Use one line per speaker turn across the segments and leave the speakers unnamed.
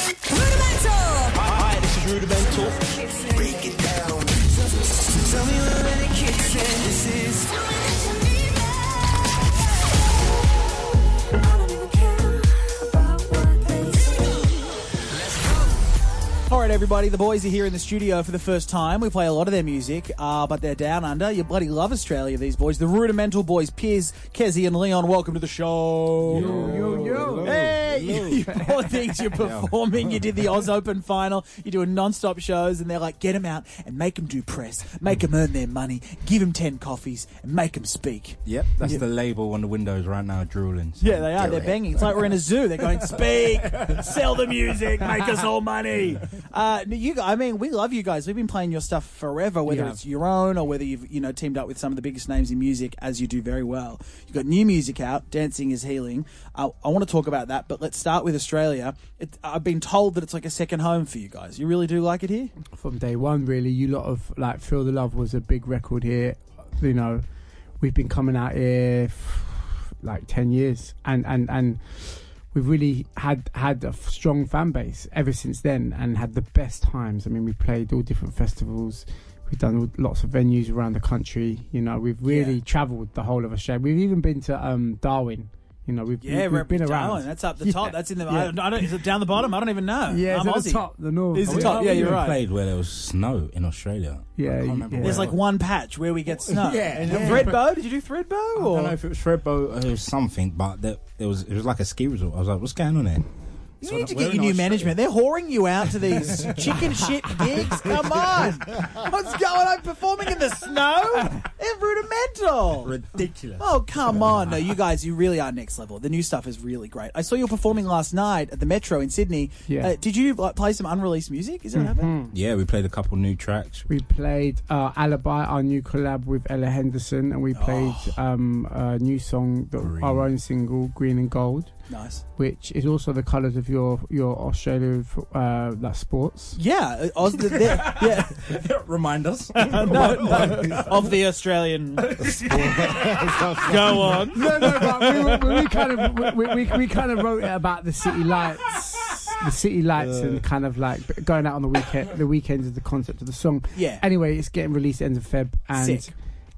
Rudimental.
Hi, hi, this is Rudimental. Break it down. Tell me when it kicks in. This is.
All right, everybody, the boys are here in the studio for the first time. We play a lot of their music, uh, but they're down under. You bloody love Australia, these boys. The Rudimental Boys, Piers, Kezzy, and Leon, welcome to the show. Hey, you poor things, you're performing. You did the Oz Open final. You're doing non-stop shows, and they're like, get them out and make them do press. Make them earn their money. Give them 10 coffees and make them speak.
Yep, that's the label on the windows right now, drooling. so-
Yeah, they are. They're banging. It's like we're in a zoo. They're going, speak, sell the music, make us all money. Uh, no, you, I mean, we love you guys. We've been playing your stuff forever, whether
Yeah.
it's your own or whether you've you know teamed up with some of the biggest names in music, as you do very well. You've got new music out. Dancing is healing. Uh, I want to talk about that, but let's start with Australia. It, I've been told that it's like a second home for you guys. You really do like it here.
from day one really you lot of like feel the love was a big record here you know we've been coming out here f- like 10 years and and and we've really had had a f- strong fan base ever since then and had the best times i mean we played all different festivals we've done all- lots of venues around the country you know we've really
Yeah.
traveled the whole of australia we've even been to um darwin you know we've,
Yeah,
we've,
we're
we've been around
That's up the
Yeah.
top. That's in the. I,
Yeah.
don't, I don't. Is it down the bottom? I don't even know.
yeah,
I'm
it's at the
Aussie.
top, the north.
It's the
Oh,
top,
yeah.
yeah, you're
we
right.
played where there was snow in Australia.
Yeah,
I can't
you-
remember
yeah.
where
There's
it
like
was.
one patch where we get snow.
Yeah,
and
yeah.
Threadbow? Did you do Threadbow?
I
Or?
don't know if it was Shredbo or something, but there, there was it was like a ski resort. I was like, what's going on there?
You
So
need
that
to
we're
get
in
your new
Australia.
management. They're whoring you out to these chicken shit gigs. Come on. What's going on? Performing in the snow? They're rudimental.
Ridiculous.
Oh, come on. No, you guys, you really are next level. The new stuff is really great. I saw you performing last night at the Metro in Sydney.
Yeah.
Uh, did you like, play some unreleased music? Is that what happened?
Yeah, we played a couple new tracks.
We played uh, Alibi, our new collab with Ella Henderson, and we played um, a new song, that,
Green.
our own single, Green and Gold,
Nice.
which is also the colours of your your Australia uh, like sports.
Yeah. uh, Oz, the, the, yeah.
Remind us.
Uh, No, no. Of the Australian. Go on.
No, no, but we, we, we kind of we, we, we kind of wrote it about the city lights, the city lights, and kind of like going out on the weekend. The weekends is the concept of the song.
Yeah.
Anyway, it's getting released end of Feb, and
Sick.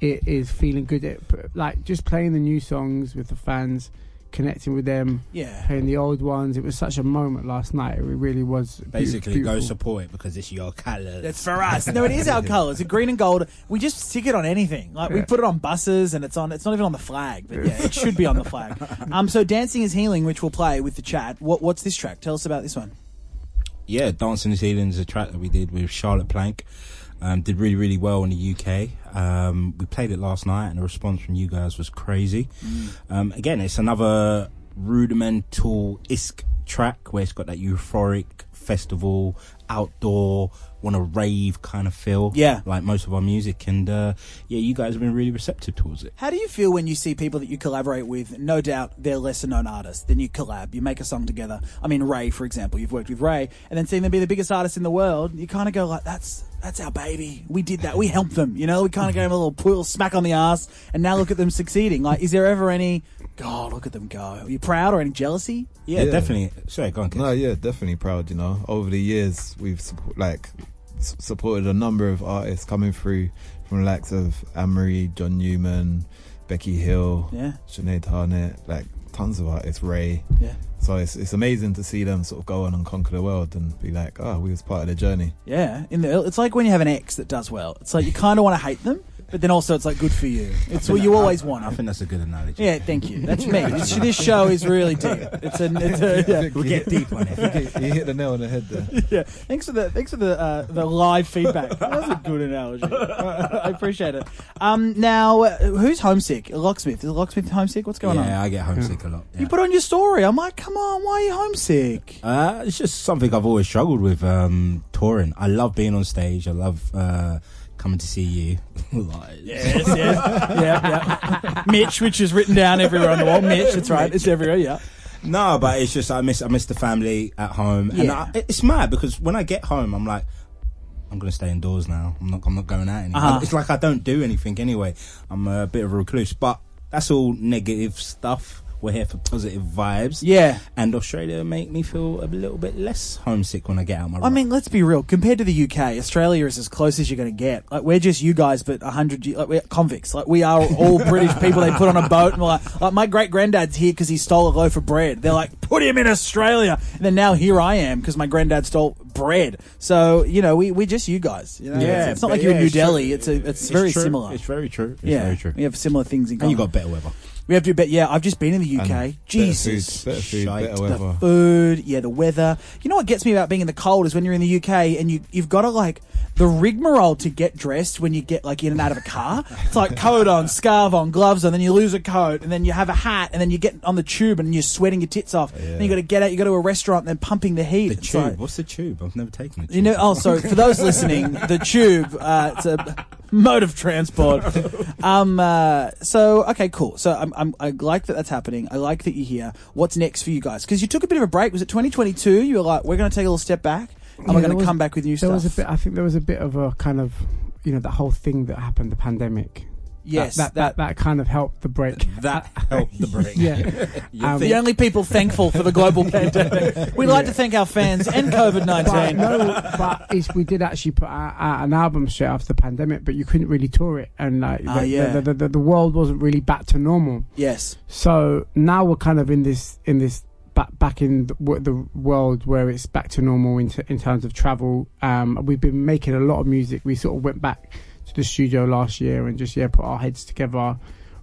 it is feeling good. It, like just playing the new songs with the fans, connecting with them,
Yeah.
playing the old ones. It was such a moment last night. It really was. beau-
Basically, go
beautiful.
support it because it's your colours.
That's for us. No, it is our colours. The green and gold. We just stick it on anything. Like we
Yeah.
put it on buses, and it's on. It's not even on the flag, but yeah, it should be on the flag. Um, so dancing is healing, which we'll play with the chat. What What's this track? Tell us about this one.
yeah, Dancing the Ceiling is a track that we did with Charlotte Plank. Um, did really, really well in the UK. Um, we played it last night, and the response from you guys was crazy.
Mm.
Um, again, it's another rudimental isk track where it's got that euphoric festival, outdoor, want to rave kind of feel.
Yeah.
like most of our music, and uh, yeah, you guys have been really receptive towards it.
How do you feel when you see people that you collaborate with? No doubt they're lesser known artists. Then you collab, you make a song together. I mean, Ray, for example, you've worked with Ray, and then seeing them be the biggest artist in the world, you kind of go like, "That's that's our baby. We did that. We helped them. You know, we kind of gave them a little pull, smack on the ass, and now look at them succeeding. Like, is there ever any God? Look at them go. Are you proud or any jealousy?
Yeah,
Yeah.
definitely. Sorry, go on. Kev.
No, yeah, definitely proud. You know, over the years we've suppo- like s- supported a number of artists coming through from the likes of Anne-Marie, John Newman, Becky Hill,
Yeah,
Sinead Tarnett, like tons of artists, Ray.
yeah,
So it's it's amazing to see them sort of go on and conquer the world and be like, oh, we was part of the journey.
yeah. In the it's like when you have an ex that does well. It's like you kind of want to hate them, but then also it's like good for you. It's what you always want.
I think that's a good analogy.
Yeah, thank you. That's me. This, this show is really deep. It's a, it's a yeah.
We'll
get deep on it.
you hit the nail on the head there.
yeah. Thanks for the thanks for the uh, the live feedback. That was a good analogy. I appreciate it. Um, now uh, who's homesick? Locksmith is locksmith homesick? What's going
yeah,
on?
I get homesick a lot.
You
yeah.
put on your story. I'm like, come on, why are you homesick?
Uh, it's just something I've always struggled with um, touring. I love being on stage. I love uh, coming to see you. Like,
Yes, yes, yeah, yeah. Mitch, which is written down everywhere on the wall. Mitch, that's right. It's everywhere. Yeah.
No, but it's just I miss I miss the family at home, and
Yeah.
I, it's mad because when I get home, I'm like. I'm gonna stay indoors now. I'm not. I'm not going out anymore.
Uh-huh.
It's like I don't do anything anyway. I'm a bit of a recluse, but that's all negative stuff. We're here for positive vibes.
Yeah.
And Australia make me feel a little bit less homesick when I get out my.
I mean, let's be real. Compared to the UK, Australia is as close as you're going to get. Like we're just you guys, but hundred like we're convicts. Like we are all British people. They put on a boat and we're like, like my great granddad's here because he stole a loaf of bread. They're like, put him in Australia. And then now here I am because my granddad stole bread. So you know, we we just you guys. You know?
Yeah,
it's, it's not
but
like you're in
yeah,
New
it's
Delhi.
true.
It's a it's,
It's
very
true.
similar.
It's very true. It's
yeah,
very true.
we have similar things in common.
And you got better weather.
we have to bet. Yeah, I've just been in the UK. Jesus,
Better food, better,
Shite.
food, better weather.
food, yeah, the weather. You know what gets me about being in the cold is when you're in the UK and you you've got to like the rigmarole to get dressed when you get like in and out of a car. It's like coat on, scarf on, gloves on, then you lose a coat, and then you have a hat, and then you get on the tube and you're sweating your tits off. Then you got to get out, you go to a restaurant, and then pumping the heat.
The
It's
tube.
like-
What's the tube? I've never taken a tube.
you know,
before.
oh, sorry. For those listening, the tube, uh, it's a mode of transport. Um, uh, so, okay, cool. So, I'm, I'm, I like that that's happening. I like that you're here. What's next for you guys? Because you took a bit of a break. Was it 2022? You were like, we're going to take a little step back and
Yeah,
we're
there
going to
was-
come back with new
there
stuff.
was a bit. I think there was a bit of a kind of, you know, the whole thing that happened, the pandemic.
yes.
that that, that, kind of helped the break.
that helped the break.
yeah,
You
Um,
the only people thankful for the global pandemic. We like to thank our fans and COVID
but
19.
no, but it's, we did actually put out, out an album straight after the pandemic, but you couldn't really tour it, and like
Ah,
the,
yeah.
the, the, the, the world wasn't really back to normal.
Yes.
So now we're kind of in this in this back back in the, wo- the world where it's back to normal in, t- in terms of travel. Um, we've been making a lot of music. We sort of went back to the studio last year and just yeah put our heads together,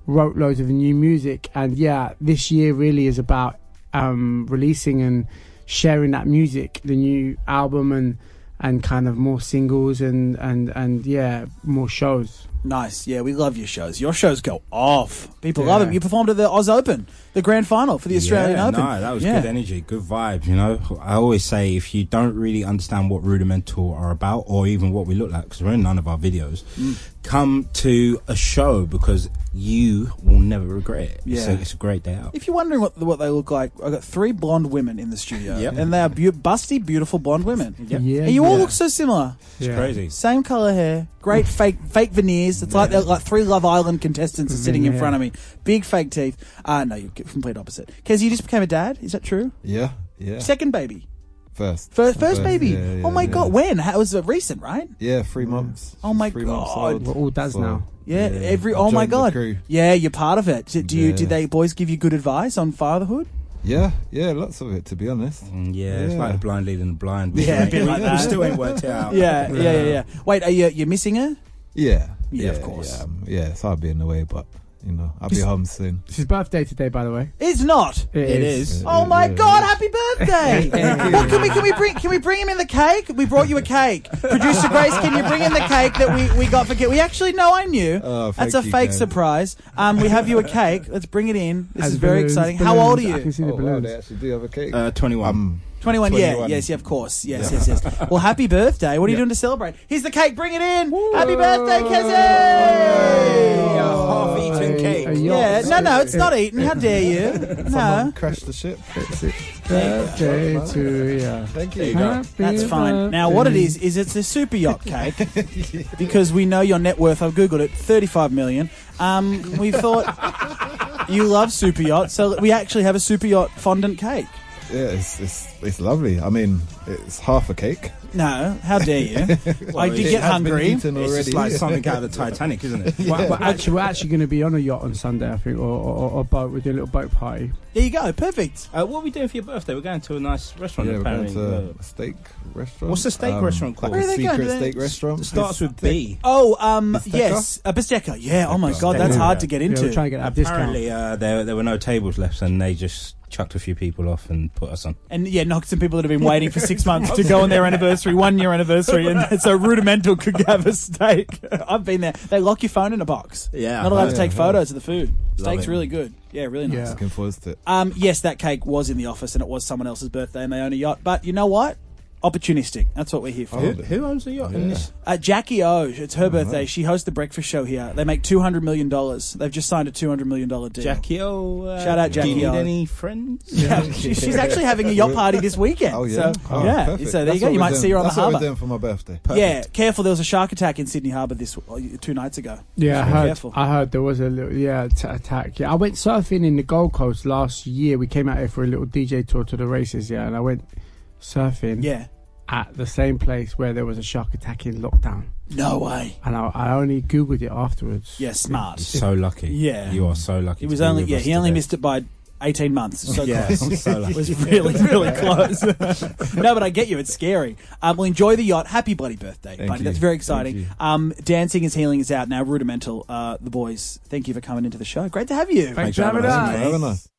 wrote loads of new music, and yeah, this year really is about um, releasing and sharing that music, the new album and. And kind of more singles and and and yeah, more shows.
Nice. Yeah, we love your shows. Your shows go off. People
Yeah.
love them. You performed at the Oz Open, the grand final for the Australian
yeah,
Open.
No, that was
Yeah.
good energy, good vibe. You know, I always say if you don't really understand what rudimental are about, or even what we look like, because we're in none of our videos,
Mm.
come to a show because you will never regret it. It's,
Yeah.
a, it's a great day out.
If you're wondering what what they look like, I've got three blonde women in the studio,
Yep.
and they are bu- busty, beautiful blonde women.
Yeah.
and you all
yeah.
look so similar.
It's
Yeah.
crazy.
Same color hair, great fake fake veneers. It's like they're like three Love Island contestants are sitting in
Veneer.
front of me. Big fake teeth. Ah, no, you're complete opposite. Kez, you just became a dad. Is that true?
Yeah, yeah.
Second baby,
First.
first first
First,
baby.
yeah, yeah,
oh my
yeah.
god, when? How, it was uh, recent, right?
Yeah, three months.
Oh my
three months
God.
old.
We're all dads
So,
now.
Yeah,
yeah,
every.
I
Oh my
joined the
god.
crew.
Yeah, you're part of it. Do, do you?
Yeah.
Do they boys give you good advice on fatherhood?
Yeah, yeah, lots of it to be honest.
Mm-hmm.
Mm, yeah, it's
Yeah.
like the blind leading the blind. We
Yeah, a
still
bit
ain't-
like
we
that.
still ain't worked it out.
Yeah, yeah, yeah, yeah. Wait, are you you missing her?
Yeah,
Yeah, of course.
Yeah, um, yeah, so I'll be in the way, but you know, I'll be home soon.
It's his birthday today, by the way.
It's not.
It is.
Oh my
Yeah.
God! Happy birthday!
Thank
Well, can we can we bring can we bring him in the cake? We brought you a cake, producer Grace. Can you bring in the cake that we, we got for ki- we actually know I knew.
Oh, thank
That's a
you,
fake
Kev.
surprise. Um, we have you a cake. Let's bring it in. This
And
is very
balloons,
exciting. How old are
balloons. I can
you?
see the
Oh, wow,
balloons.
they actually do have a cake.
Uh, 21.
um,
21, yeah,
21.
yes, yeah, of course. Yes, yes, yes. Well, happy birthday. What are you doing to celebrate? Here's the cake. Bring it in. Happy birthday, Kezzy!
half eaten cake.
a yacht.
Yeah, no, no, it's not eaten. How dare you? No.
crash the ship.
Birthday to you.
Thank you.
Happy
That's fine. Now, what it is is it's a super yacht cake because we know your net worth. I've googled it, thirty-five million. Um, we thought you love super yacht, so we actually have a super yacht fondant cake.
Yeah, it's, it's it's lovely. I mean, it's half a cake.
No, how dare you? I did
it
get
has been
hungry.
eaten
It's
already.
just like something out of the Titanic, isn't it?
Well, we're actually, we're actually going to be on a yacht on Sunday, I think, or, or, or- or a boat. We're doing a little boat party.
There you go, perfect.
Uh, what are we doing for your birthday? We're going to a nice restaurant,
yeah, we're going
apparently.
to
Uh,
a steak restaurant. Um,
What's the steak restaurant called?
Like
Where
a
are they going?
secret
Do they-
steak restaurant.
it starts with B.
Oh, um,
Bistecca?
yes, a bistecca. Yeah. Oh my god, that's
Bistecca.
hard to get
Yeah,
into.
we're trying to get that discount.
Apparently, uh, there there were no tables left, and they just chucked a few people off and put us on.
and yeah, knock some people that have been waiting for six months to go on their anniversary, one year anniversary, and so rudimental could have a steak. I've been there. They lock your phone in a box.
Yeah,
not allowed to
yeah,
take
yeah.
photos of the food. Steak's
it.
really good. Yeah, really nice.
Yeah.
Ah,
Looking forward to it.
Um, yes, that cake was in the office, and it was someone else's birthday, and they own a yacht. But you know what? opportunistic. That's what we're here for.
Oh.
Who, who owns the yacht
Yeah.
in this?
Uh, Jackie O, it's her birthday.
right.
She hosts the breakfast show here. They make two hundred million dollars. They've just signed a two hundred million dollar deal.
Jackie O. Uh,
Shout out Jackie
Do you need
O.
any friends?
Yeah, she, she's actually having a yacht party this weekend.
Oh yeah,
so,
Oh,
yeah.
perfect.
So there you
That's
go.
what
You
we're
might
doing.
see her on
That's
the
what
harbour.
we're doing for my birthday.
Yeah, careful. There was a shark attack in Sydney Harbour this uh, two nights ago.
Yeah, I
Be
heard.
careful.
I heard there was a little yeah t- attack. Yeah, I went surfing in the Gold Coast last year. We came out here for a little DJ tour to the races. Yeah, and I went surfing
Yeah.
at the same place where there was a shark attack in lockdown.
No way.
And I, I only googled it afterwards.
Yeah, smart.
You're so lucky.
Yeah.
You are so lucky.
It
to
was
be
only
with
yeah.
us
He only
today.
missed it by eighteen months. So
yeah,
close.
I'm so
It
lucky.
was really, really close. no, but I get you. It's scary. Um, well, enjoy the yacht. Happy bloody birthday,
Thank
buddy.
you.
That's very
Thank
exciting.
you.
Um, dancing is healing is out now. Rudimental, uh, the boys. Thank you for coming into the show. Great to have you.
Thanks
Thanks for
for
having
having
us.
us, mate.
Having us.